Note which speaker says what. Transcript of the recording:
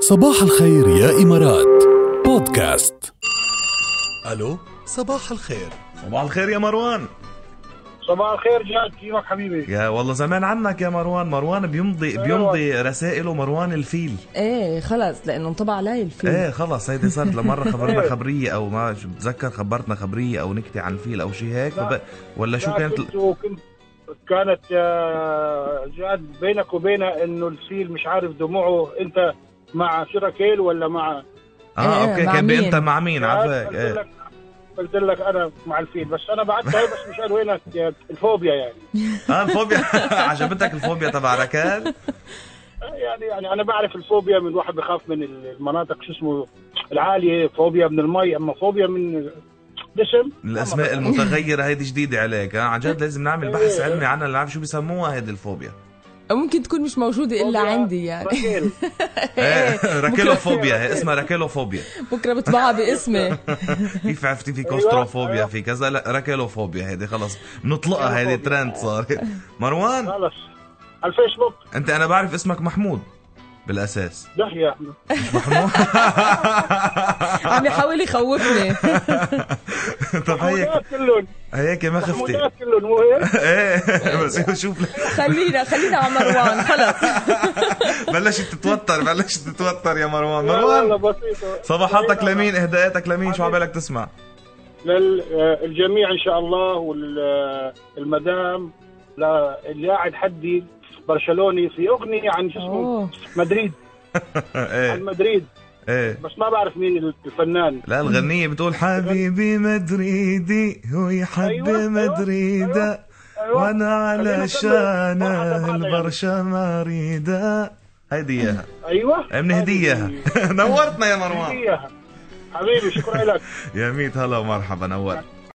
Speaker 1: صباح الخير يا إمارات بودكاست ألو صباح الخير
Speaker 2: صباح الخير يا مروان
Speaker 3: صباح الخير جاد كيفك حبيبي
Speaker 2: يا والله زمان عنك يا مروان مروان بيمضي بيمضي رسائله مروان الفيل
Speaker 4: ايه خلص لانه انطبع علي الفيلم
Speaker 2: ايه خلص هيدي صارت لمره خبرنا خبريه او ما شو بتذكر خبرتنا خبريه او نكته عن فيل او شيء هيك
Speaker 3: لا.
Speaker 2: فب... ولا شو
Speaker 3: لا،
Speaker 2: كانت
Speaker 3: كنت كنت كانت آه، جاد بينك وبينها انه الفيل مش عارف دموعه انت مع شركيل ولا مع
Speaker 2: اه
Speaker 4: إيه،
Speaker 2: اوكي
Speaker 4: مع
Speaker 2: كان
Speaker 4: مين؟
Speaker 2: انت مع مين عفاك
Speaker 3: قلت
Speaker 2: ايه
Speaker 3: لك- قلت لك انا مع الفيل بس انا بعدتها هي بس مشان وينك يا- الفوبيا يعني
Speaker 2: اه الفوبيا عجبتك الفوبيا تبع ركال
Speaker 3: يعني يعني انا بعرف الفوبيا من واحد بخاف من المناطق شو اسمه العاليه فوبيا من المي اما فوبيا من دسم
Speaker 2: الاسماء المتغيره هيدي جديده عليك اه عن جد لازم نعمل بحث علمي عنها نعرف شو بيسموها هيدي الفوبيا
Speaker 4: ممكن تكون مش موجوده الا
Speaker 3: فوبيا.
Speaker 4: عندي يعني
Speaker 3: ركيل.
Speaker 2: ايه راكيلوفوبيا هي
Speaker 3: ممكن-
Speaker 2: اسمها راكيلوفوبيا
Speaker 4: بكره بطبعها باسمي
Speaker 2: كيف عرفتي في
Speaker 3: أيوة،
Speaker 2: كوستروفوبيا
Speaker 3: أيوة.
Speaker 2: في كذا لا راكيلوفوبيا هيدي خلص نطلقها هيدي
Speaker 3: راكيلوفوبيا.
Speaker 2: ترند صارت مروان
Speaker 3: خلص على الفيسبوك
Speaker 2: انت انا بعرف اسمك محمود بالاساس
Speaker 3: دحية
Speaker 2: محمود
Speaker 4: عم يحاول يخوفني
Speaker 2: طب هيك
Speaker 3: محمودات كلهم
Speaker 2: هيك ما خفتي
Speaker 3: محمودات كلهم مو هيك
Speaker 2: ايه بس شوف
Speaker 4: خلينا خلينا على مروان خلص
Speaker 2: بلشت تتوتر بلشت تتوتر يا مروان
Speaker 3: والله
Speaker 2: مروان
Speaker 3: بسيطة
Speaker 2: صباحاتك
Speaker 3: خلينا-
Speaker 2: لمين اهداءاتك لمين شو عبالك تسمع
Speaker 3: للجميع ان شاء الله والمدام اللي قاعد حدي برشلوني في اغنيه عن شو اسمه
Speaker 4: اوه
Speaker 3: مدريد عن
Speaker 2: ايه
Speaker 3: مدريد
Speaker 2: ايه
Speaker 3: بس ما بعرف مين الفنان
Speaker 2: لا الغنية بتقول حبيبي مدريدي هو يحب
Speaker 3: أيوة، أيوة،
Speaker 2: مدريدة
Speaker 3: أيوة.
Speaker 2: وانا
Speaker 3: خلينا
Speaker 2: علشان
Speaker 3: نكمل. واحدة بعدها يعني.
Speaker 2: البرشا مريدة هيدي اياها
Speaker 3: ايوه
Speaker 2: منهدي اياها نورتنا يا مروان
Speaker 3: هديها حبيبي شكرا لك
Speaker 2: يا ميت هلا ومرحبا نورت